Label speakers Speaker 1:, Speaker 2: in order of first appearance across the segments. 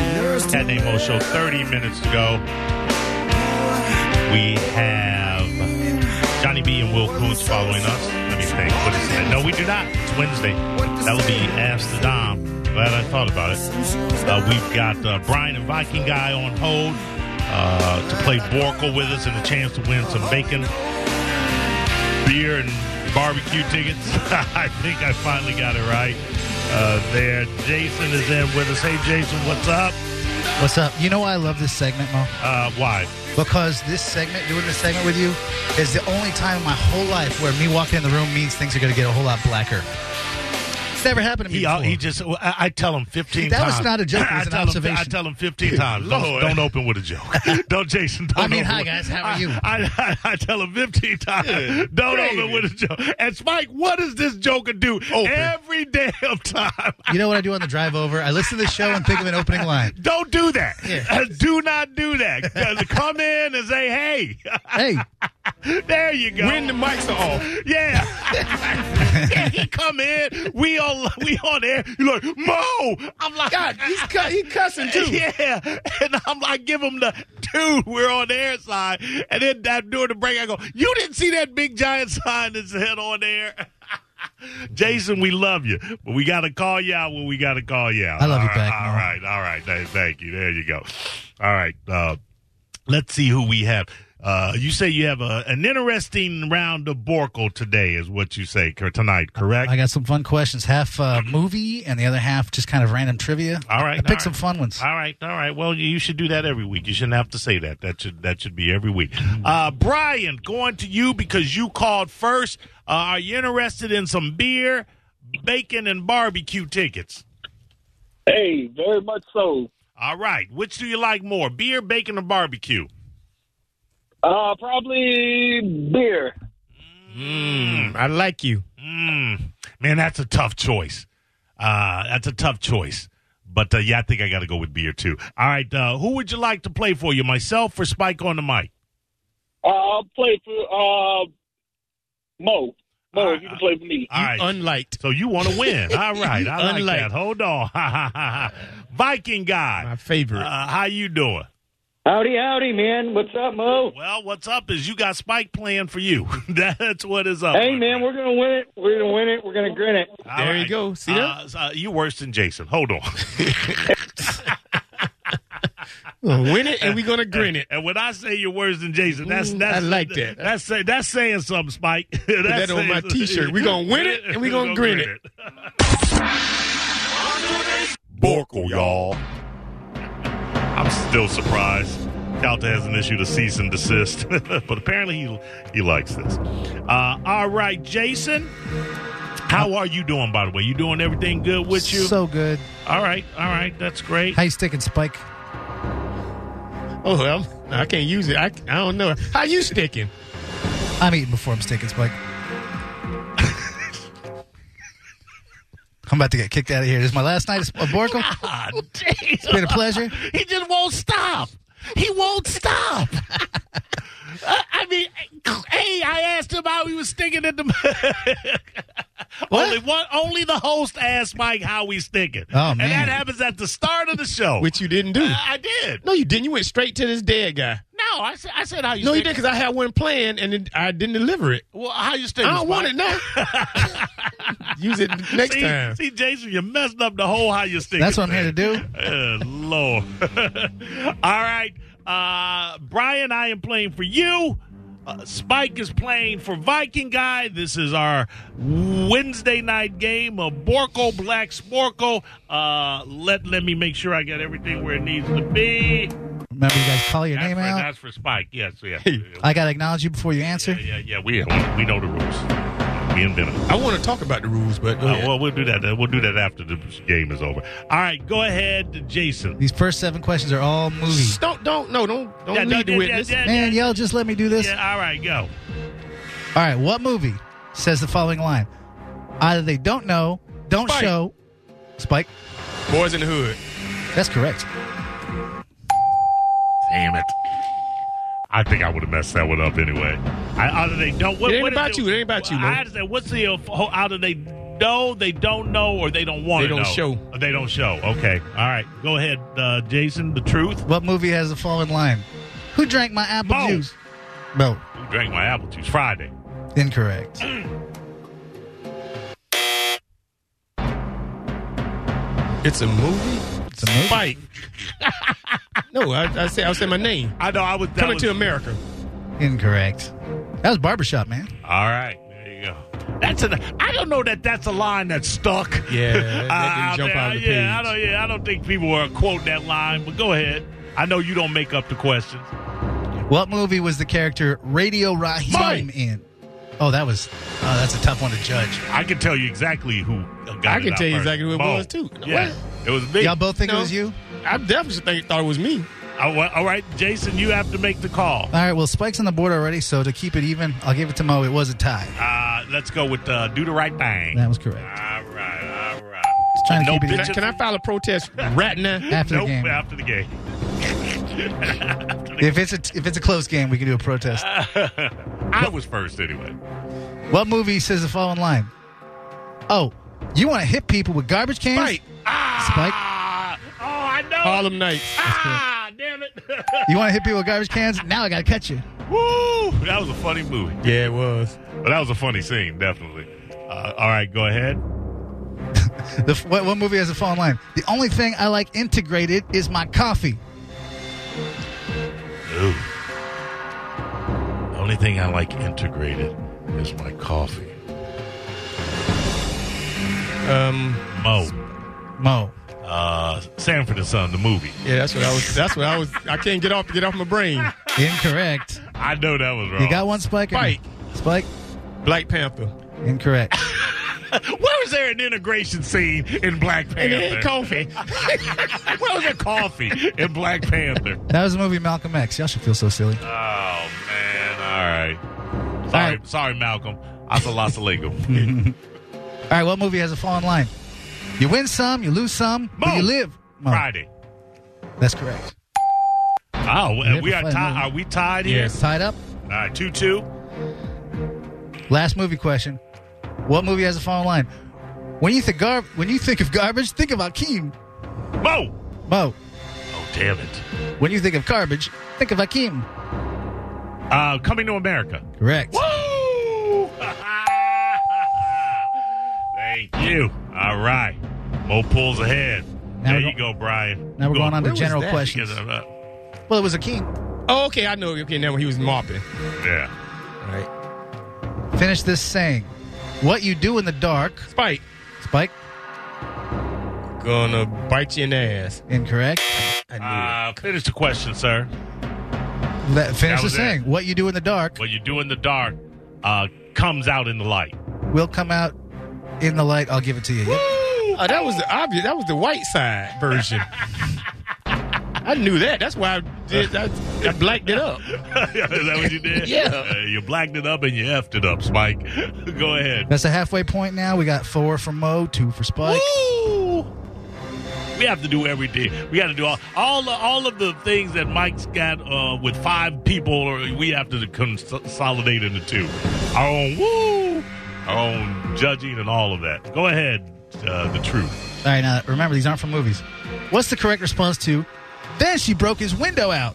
Speaker 1: Matt Namo Show. 30 minutes to go. We have Johnny B and Will Coons following us. Let me think. What is that? No, we do not. It's Wednesday. That will be Ask the Dom. Glad I thought about it. Uh, we've got uh, Brian and Viking Guy on hold uh, to play Borkle with us and a chance to win some bacon, beer, and barbecue tickets. I think I finally got it right. Uh, there, Jason is in with us. Hey, Jason, what's up?
Speaker 2: What's up? You know why I love this segment, Mo?
Speaker 1: Uh, why?
Speaker 2: Because this segment, doing this segment with you, is the only time in my whole life where me walking in the room means things are going to get a whole lot blacker. It's never happened to me
Speaker 1: He,
Speaker 2: before.
Speaker 1: uh, he just, I, I tell him 15
Speaker 2: That
Speaker 1: times.
Speaker 2: was not a joke, it was
Speaker 1: I,
Speaker 2: an
Speaker 1: tell Him, I
Speaker 2: observation.
Speaker 1: tell him 15 times. Don't,
Speaker 3: Lord.
Speaker 1: don't open with a joke. don't, Jason, don't
Speaker 2: I mean,
Speaker 1: open
Speaker 2: hi,
Speaker 1: with-
Speaker 2: guys, how are
Speaker 1: I-
Speaker 2: you?
Speaker 1: I, I, I tell him 15 times. don't
Speaker 3: gravy.
Speaker 1: open with a joke. And Spike, what does this joker do
Speaker 3: Open.
Speaker 1: every damn time?
Speaker 2: you know what I do on the drive over? I listen to the show and think of an opening line.
Speaker 1: Don't do that.
Speaker 2: Yeah.
Speaker 1: Uh, do not do that. Uh, Come in and say, hey.
Speaker 2: Hey,
Speaker 1: there you go.
Speaker 3: When the mics are off,
Speaker 1: Yeah. yeah, he come in. We on we on air. You like Mo? I'm like
Speaker 3: God, he's cu- he cussing too.
Speaker 1: Yeah, and I'm like, give him the dude. We're on the air side, and then that during the break, I go, you didn't see that big giant sign that said on air. Jason, we love you, but we got to call you out when we got to call you out.
Speaker 2: I love you
Speaker 1: All
Speaker 2: back,
Speaker 1: right,
Speaker 2: Mo.
Speaker 1: All right, all right. Th- Thank you. There you go. All right. Uh, let's see who we have. Uh, you say you have a, an interesting round of Borkle today, is what you say cor- tonight, correct?
Speaker 2: I got some fun questions. Half uh, movie and the other half just kind of random trivia.
Speaker 1: All right, all
Speaker 2: I picked
Speaker 1: right.
Speaker 2: some fun ones.
Speaker 1: All right, all right. Well, you should do that every week. You shouldn't have to say that. That should that should be every week. Uh, Brian, going to you because you called first. Uh, are you interested in some beer, bacon, and barbecue tickets?
Speaker 4: Hey, very much so.
Speaker 1: All right. Which do you like more, beer, bacon, or barbecue?
Speaker 4: Uh, probably beer.
Speaker 1: Mm,
Speaker 3: I like you.
Speaker 1: mm. Man, that's a tough choice. Uh, that's a tough choice. But uh, yeah, I think I got to go with beer too. All right. Uh, who would you like to play for you, myself or Spike on the mic?
Speaker 4: Uh, I'll play for uh, Mo. Mo,
Speaker 1: Alright,
Speaker 4: if you can play for me.
Speaker 1: All right.
Speaker 3: Unliked.
Speaker 1: So you want to win? All right, I like
Speaker 3: Unlike-
Speaker 1: that. Hold on, Viking
Speaker 3: My
Speaker 1: guy.
Speaker 3: favorite.
Speaker 1: Uh, how you doing?
Speaker 4: Howdy, howdy, man. What's up, Mo?
Speaker 1: Well, what's up is you got Spike playing for you. That's what is up.
Speaker 4: Hey,
Speaker 1: my
Speaker 4: man,
Speaker 1: friend.
Speaker 4: we're gonna win it. We're gonna win it. We're gonna grin it.
Speaker 1: All
Speaker 3: There you go. See that?
Speaker 1: Uh, so, uh, you worse than Jason. Hold on.
Speaker 3: Win it, and we're gonna grin it.
Speaker 1: And when I say you're worse than Jason, that's
Speaker 3: Ooh,
Speaker 1: that's
Speaker 3: I like that.
Speaker 1: That's say, that's saying something, Spike. Put
Speaker 3: that on my t-shirt. We gonna win it, and we gonna grin it.
Speaker 1: Borkle, y'all. I'm still surprised. Calta hasn't issued a cease and desist, but apparently he he likes this. Uh, all right, Jason, how are you doing? By the way, you doing everything good with you?
Speaker 2: So good.
Speaker 1: all right, all right, that's great.
Speaker 2: How you sticking, Spike?
Speaker 3: Oh well, I can't use it. I, I don't know. How you sticking?
Speaker 2: I'm eating before I'm sticking, Spike. I'm about to get kicked out of here. This is my last night of Borkle.
Speaker 1: Ah, jeez.
Speaker 2: It's been a pleasure.
Speaker 1: He just won't stop. He won't stop. I I mean, hey, I asked him how he was stinking at the. only one, only the host asked Mike how he's stinking,
Speaker 2: Oh,
Speaker 1: and
Speaker 2: man.
Speaker 1: that happens at the start of the show.
Speaker 3: Which you didn't do.
Speaker 1: I did.
Speaker 3: No, you didn't. You went straight to this dead guy.
Speaker 1: No, I said, I said how you.
Speaker 3: No, you
Speaker 1: stinking.
Speaker 3: didn't, because I had one plan and it, I didn't deliver it.
Speaker 1: Well, how you stinking?
Speaker 3: I don't want it now. use it next
Speaker 1: See,
Speaker 3: time.
Speaker 1: see, Jason, you messed up the whole how you stinking.
Speaker 2: That's what I'm
Speaker 1: thing.
Speaker 2: here to do.
Speaker 1: Uh, Lord. All right. Uh, Brian, I am playing for you. Uh, Spike is playing for Viking Guy. This is our Wednesday night game of Borko Black Sporko. Uh, let let me make sure I got everything where it needs to be.
Speaker 2: Remember, you guys call your
Speaker 1: That's
Speaker 2: name
Speaker 1: for,
Speaker 2: out.
Speaker 1: that's for Spike. Yes, yeah.
Speaker 2: I gotta acknowledge you before you answer.
Speaker 1: yeah, yeah. We we know the rules. We invented. them.
Speaker 3: I want to talk about the rules, but
Speaker 2: Oh,
Speaker 3: go
Speaker 1: Uh,
Speaker 3: ahead.
Speaker 1: well, we'll do that. uh, We'll do that after the game is over. All right, go ahead, Jason.
Speaker 2: These first seven questions are all movies.
Speaker 3: Shh, don't don't no don't don't
Speaker 1: Yeah,
Speaker 3: lead the
Speaker 1: yeah,
Speaker 3: witness.
Speaker 1: yeah,
Speaker 2: Man,
Speaker 1: yeah,
Speaker 2: y'all just let me do this.
Speaker 1: yeah. All right, go.
Speaker 2: All right, what movie says the following line? Either they don't know, don't
Speaker 3: Spike.
Speaker 2: show. Spike.
Speaker 3: Boys in the hood.
Speaker 2: That's correct.
Speaker 1: Damn it. I think I would have messed that one up anyway. I, out of they don't. What,
Speaker 3: It ain't
Speaker 1: what is
Speaker 3: about you. It ain't about you,
Speaker 1: I
Speaker 3: man.
Speaker 1: understand. What's the uh, f- how do they know, they don't know, or they don't want
Speaker 3: They
Speaker 1: to
Speaker 3: don't
Speaker 1: know.
Speaker 3: show.
Speaker 1: Uh, They don't show. Okay. All right. Go ahead, uh, Jason. The truth.
Speaker 2: What movie has a fallen line? Who drank my apple
Speaker 1: Mo.
Speaker 2: juice? Mo.
Speaker 1: Who drank my apple juice Friday?
Speaker 2: Incorrect.
Speaker 3: It's a movie.
Speaker 2: It's a movie.
Speaker 3: Spike. no, I, I say I say my name.
Speaker 1: I know. I was that
Speaker 3: Coming
Speaker 1: was-
Speaker 3: to America.
Speaker 2: Incorrect. That was barbershop, man.
Speaker 1: All right. There you go. That's an. I don't know that that's a line that's stuck.
Speaker 3: Yeah, that- that didn't
Speaker 1: Uh,
Speaker 3: jump out of the
Speaker 1: yeah, I
Speaker 3: page.
Speaker 1: don't. Yeah, I don't think people were quoting that line. But go ahead. I know you don't make up the questions.
Speaker 2: What movie was the character Radio Raheem
Speaker 1: Mine.
Speaker 2: in? Oh, that was. Oh, that's a tough one to judge.
Speaker 1: I can tell you exactly who. Got
Speaker 3: I
Speaker 1: it
Speaker 3: can
Speaker 1: out
Speaker 3: tell you
Speaker 1: first.
Speaker 3: exactly who it
Speaker 1: Mo.
Speaker 3: was, too.
Speaker 1: Yeah,
Speaker 3: What?
Speaker 1: it was me.
Speaker 2: Y'all both think
Speaker 3: No.
Speaker 2: it was you?
Speaker 3: I definitely think, thought it was me.
Speaker 1: Oh, well, all right, Jason, you have to make the call.
Speaker 2: All right. Well, Spike's on the board already, so to keep it even, I'll give it to Mo. It was a tie.
Speaker 1: Uh, let's go with uh, do the right thing.
Speaker 2: That was correct.
Speaker 1: All right, all right.
Speaker 2: Just trying to
Speaker 1: no
Speaker 2: keep it
Speaker 3: Can I,
Speaker 1: bitches.
Speaker 3: can I file a protest right now?
Speaker 2: After
Speaker 1: nope,
Speaker 2: the game,
Speaker 1: after the game.
Speaker 2: if it's a if it's a close game, we can do a protest.
Speaker 1: I was first anyway.
Speaker 2: What movie says the following line? Oh, you want to hit people with garbage cans?
Speaker 3: Spike.
Speaker 1: Ah, Spike. Oh, I know.
Speaker 3: Harlem Nights.
Speaker 1: ah, damn it.
Speaker 2: You want to hit people with garbage cans? Now I gotta catch you.
Speaker 1: Woo! That was a funny movie.
Speaker 3: Yeah, it was.
Speaker 1: But that was a funny scene, definitely. Uh, all right, go ahead.
Speaker 2: The, f- what, what movie has a fallen line? The only thing I like integrated is my coffee.
Speaker 1: Ooh. The only thing I like integrated is my coffee.
Speaker 3: Um,
Speaker 1: Mo.
Speaker 2: Mo.
Speaker 1: Uh, Sanford and Son, the movie.
Speaker 3: yeah, that's what I was. That's what I was. I can't get off get off my brain.
Speaker 2: Incorrect.
Speaker 1: I know that was wrong.
Speaker 2: You got one, Spike? or no?
Speaker 3: Spike.
Speaker 2: Spike.
Speaker 3: Black Panther.
Speaker 2: Incorrect.
Speaker 1: Where was there an integration scene in Black
Speaker 3: And
Speaker 1: Panther?
Speaker 3: it ain't coffee.
Speaker 1: Where was there coffee in Black Panther?
Speaker 2: that was the movie Malcolm X. Y'all should feel so silly.
Speaker 1: Oh man! All right. Sorry,
Speaker 2: All right.
Speaker 1: sorry, Malcolm. Hasta la salego.
Speaker 2: All right, what movie has a fallen line? You win some, you lose some, but
Speaker 1: Mo.
Speaker 2: you live. Mo.
Speaker 1: Friday.
Speaker 2: That's correct.
Speaker 1: Oh,
Speaker 2: Yeah,
Speaker 1: and we are
Speaker 2: Friday,
Speaker 1: tied.
Speaker 2: man.
Speaker 1: Are we tied here?
Speaker 3: Yes.
Speaker 2: Tied up.
Speaker 1: All right, two two.
Speaker 2: Last movie question. What movie has a fallen line? When you think gar- when you think of garbage, think about Akeem.
Speaker 1: Mo.
Speaker 2: Mo.
Speaker 1: Oh damn it!
Speaker 2: When you think of garbage, think of Akeem.
Speaker 1: Uh, coming to America.
Speaker 2: Correct.
Speaker 1: Woo! Thank you. All right. Mo pulls ahead.
Speaker 2: Now
Speaker 1: there
Speaker 2: we're
Speaker 1: you go, Brian.
Speaker 2: Now we're going on to
Speaker 3: where was
Speaker 2: general
Speaker 3: that?
Speaker 2: questions.
Speaker 1: Yeah,
Speaker 2: Well, it was Akeem.
Speaker 3: Oh, okay, I know. Okay, now when he was mopping.
Speaker 1: Yeah.
Speaker 3: All right.
Speaker 2: Finish this saying. What you do in the dark,
Speaker 3: Spike.
Speaker 2: Spike,
Speaker 3: Gonna bite you in the ass.
Speaker 2: incorrect.
Speaker 3: I knew
Speaker 1: Uh, finish the question, sir.
Speaker 2: Let, finish the
Speaker 1: was it.
Speaker 2: saying. What you do in the dark
Speaker 1: What you do in the dark uh, comes out in the light.
Speaker 2: will come out in the light. I'll give it to you. Yep.
Speaker 3: it. Oh, that was the obvious. That was the white side version. I knew that. That's why I did. I, I blacked it up.
Speaker 1: Is that what you did?
Speaker 3: Yeah.
Speaker 1: Uh, you blacked it up and you effed it up, Spike. go ahead.
Speaker 2: That's a halfway point now. We got four for Mo, two for Spike.
Speaker 1: Woo! We have to do everything. We got to do all all all of the things that Mike's got uh, with five people. Or we have to consolidate into two. Our own woo, our own judging, and all of that. Go ahead, uh, the truth.
Speaker 2: All right, now remember these aren't from movies. What's the correct response to? Then she broke his window out.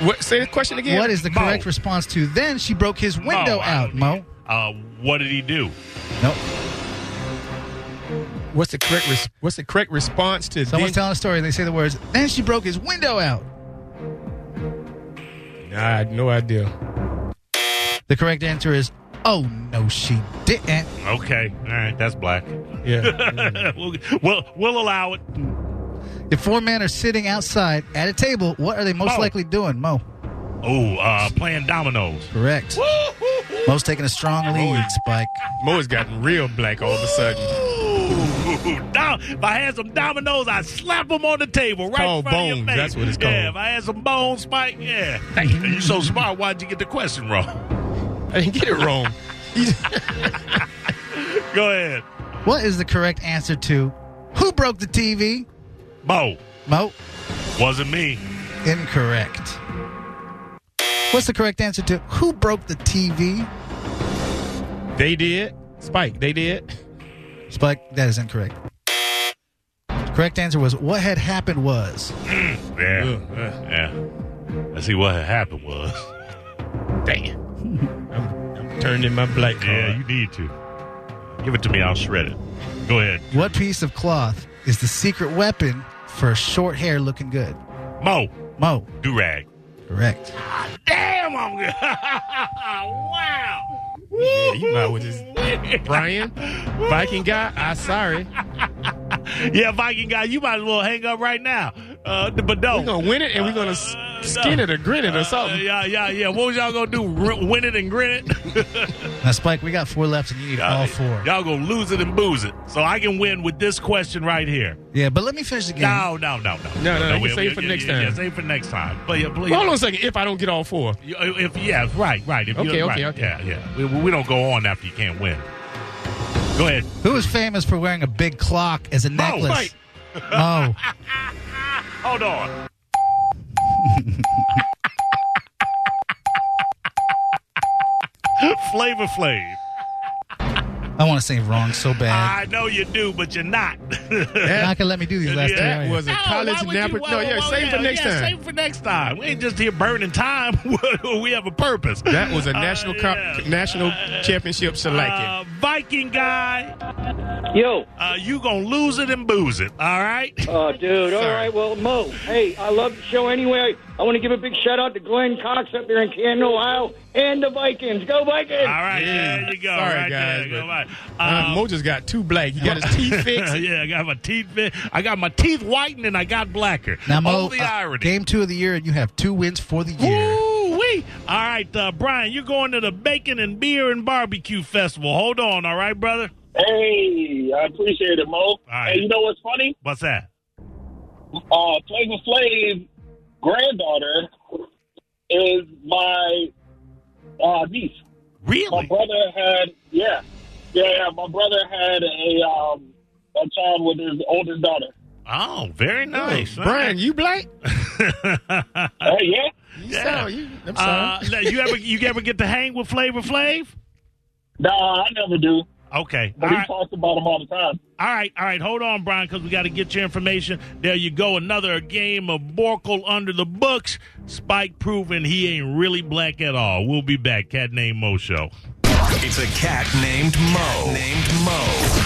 Speaker 3: What, say the question again.
Speaker 2: What is the
Speaker 1: Mo.
Speaker 2: correct response to? Then she broke his window
Speaker 1: Oh, I
Speaker 2: out.
Speaker 1: don't
Speaker 2: Mo.
Speaker 1: Uh, what did he do?
Speaker 2: Nope.
Speaker 3: What's the correct? Res- what's the correct response to?
Speaker 2: Someone's
Speaker 3: then-
Speaker 2: telling a story and they say the words. Then she broke his window out.
Speaker 3: Nah, I had no idea.
Speaker 2: The correct answer is, oh no, she didn't.
Speaker 1: Okay, all right, that's black.
Speaker 3: Yeah.
Speaker 1: we'll, we'll we'll allow it.
Speaker 2: If four men are sitting outside at a table, what are they most
Speaker 1: Mo.
Speaker 2: likely doing? Mo.
Speaker 1: Oh, uh, playing dominoes.
Speaker 2: Correct. Mo's taking a strong lead, Spike.
Speaker 3: Mo has gotten real black all of a sudden.
Speaker 1: Ooh, dom- if I had some dominoes, I'd slap them on the table right
Speaker 3: called
Speaker 1: in front of your
Speaker 3: bones.
Speaker 1: face.
Speaker 3: That's what it's
Speaker 1: Yeah,
Speaker 3: called.
Speaker 1: if I had some bones, Spike, yeah. Thank you. You're so smart. Why'd you get the question wrong?
Speaker 3: I didn't get it wrong.
Speaker 1: Go ahead.
Speaker 2: What is the correct answer to who broke the TV?
Speaker 1: Bo,
Speaker 2: Mo.
Speaker 1: wasn't me.
Speaker 2: Incorrect. What's the correct answer to who broke the TV?
Speaker 3: They did. Spike, they did.
Speaker 2: Spike, that is incorrect. The correct answer was what had happened was
Speaker 1: Yeah.
Speaker 3: Ugh, ugh.
Speaker 1: Yeah. I see what had happened was.
Speaker 3: Damn. I'm, I'm turning in my black card.
Speaker 1: Yeah, you need to. Give it to me. I'll shred it. Go ahead.
Speaker 2: what piece of cloth is the secret weapon for short hair looking good?
Speaker 1: Mo,
Speaker 2: Mo,
Speaker 1: do rag. Ah,
Speaker 2: correct.
Speaker 1: Damn, I'm good. wow.
Speaker 3: Yeah, you might well just- Brian, Viking guy, I sorry.
Speaker 1: Yeah, Viking guy, you might as well hang up right now. Uh, but
Speaker 3: We're
Speaker 1: don't.
Speaker 3: gonna win it and we're gonna s-
Speaker 1: Uh,
Speaker 3: skin
Speaker 1: no.
Speaker 3: it or grin it or
Speaker 1: Uh,
Speaker 3: something.
Speaker 1: yeah, yeah, yeah. What was y'all gonna do? R- win it and grin it?
Speaker 2: Now, Spike, we got four left and you need all four.
Speaker 1: Y'all gonna lose it and booze it. So I can win with this question right here.
Speaker 2: Yeah, but let me finish the game.
Speaker 1: No, no, no, no.
Speaker 3: no, no, you
Speaker 1: we-
Speaker 3: save
Speaker 1: we-
Speaker 3: for
Speaker 1: yeah,
Speaker 3: next
Speaker 1: yeah, Yeah,
Speaker 3: time.
Speaker 1: save for next time. But yeah, please.
Speaker 3: Hold on a second. If I don't get all four,
Speaker 1: You- If yeah, right, right. If
Speaker 3: Okay,
Speaker 1: you're,
Speaker 3: okay,
Speaker 1: right.
Speaker 3: okay.
Speaker 1: Yeah, yeah. We, we don't go on after you can't win. Go ahead.
Speaker 2: Who is famous for wearing a big clock as a necklace?
Speaker 1: Spike.
Speaker 2: Mo.
Speaker 1: Hold on. Flavor Flav.
Speaker 2: I want to say wrong so bad.
Speaker 1: I know you do, but you're not.
Speaker 2: You're not gonna let me do these last two.
Speaker 1: that
Speaker 2: are you?
Speaker 3: was a
Speaker 1: No,
Speaker 3: college
Speaker 1: Oh, why would
Speaker 3: napper.
Speaker 1: you- why-
Speaker 3: no,
Speaker 1: why-
Speaker 3: yeah,
Speaker 1: why-
Speaker 3: save for
Speaker 1: yeah,
Speaker 3: next
Speaker 1: yeah,
Speaker 3: time.
Speaker 1: Save for next time. We ain't just here burning time. we have a purpose.
Speaker 3: That was a national
Speaker 1: Uh,
Speaker 3: cup,
Speaker 1: yeah.
Speaker 3: national championship selection.
Speaker 1: Uh, Viking guy,
Speaker 4: Yo,
Speaker 1: uh, you gonna lose it and booze it. All right.
Speaker 4: uh, dude. All
Speaker 3: Sorry.
Speaker 4: right, well, Mo. Hey, I love the show anyway. I want to give a big shout out to Glenn Cox up here in Canton, Ohio, and the Vikings. Go Vikings!
Speaker 1: All right.
Speaker 3: Yeah.
Speaker 1: There you go.
Speaker 3: Sorry,
Speaker 1: right
Speaker 3: guys,
Speaker 1: There. Go
Speaker 3: but-
Speaker 1: back.
Speaker 3: uh,
Speaker 1: Um,
Speaker 3: Mo just got too black. He got his teeth fixed.
Speaker 1: yeah, I got my teeth fit. I got my teeth whitened and I got blacker.
Speaker 2: Now, Mo,
Speaker 1: All the
Speaker 2: uh,
Speaker 1: irony.
Speaker 2: game two of the year, and you have two wins for the year.
Speaker 1: Ooh wee! All right, uh, Brian, you're going to the Bacon and Beer and Barbecue Festival. Hold on, all right, brother.
Speaker 4: Hey, I appreciate it, Mo.
Speaker 1: right.
Speaker 4: Hey, you know what's funny?
Speaker 1: What's that?
Speaker 4: Uh, Flavor Flav granddaughter is my uh, niece. My
Speaker 1: Really?
Speaker 4: brother had, yeah, yeah, yeah. My brother had a um, a child with his oldest daughter.
Speaker 1: Oh, very nice,
Speaker 3: Brian, you black?
Speaker 4: Uh, yeah.
Speaker 3: You
Speaker 1: Yeah.
Speaker 3: sound- you- I'm
Speaker 1: Uh,
Speaker 3: sorry.
Speaker 1: now, you ever you ever get to hang with Flavor Flav?
Speaker 4: Nah, I never do.
Speaker 1: Okay. All
Speaker 4: But he
Speaker 1: right.
Speaker 4: talks about him all the time.
Speaker 1: All right, all right, hold on, Brian, because we got to get your information. There you go, another game of Borkle under the books. Spike proving he ain't really black at all. We'll be back, Cat Name Mo Show.
Speaker 5: It's a cat named Mo. Named Mo.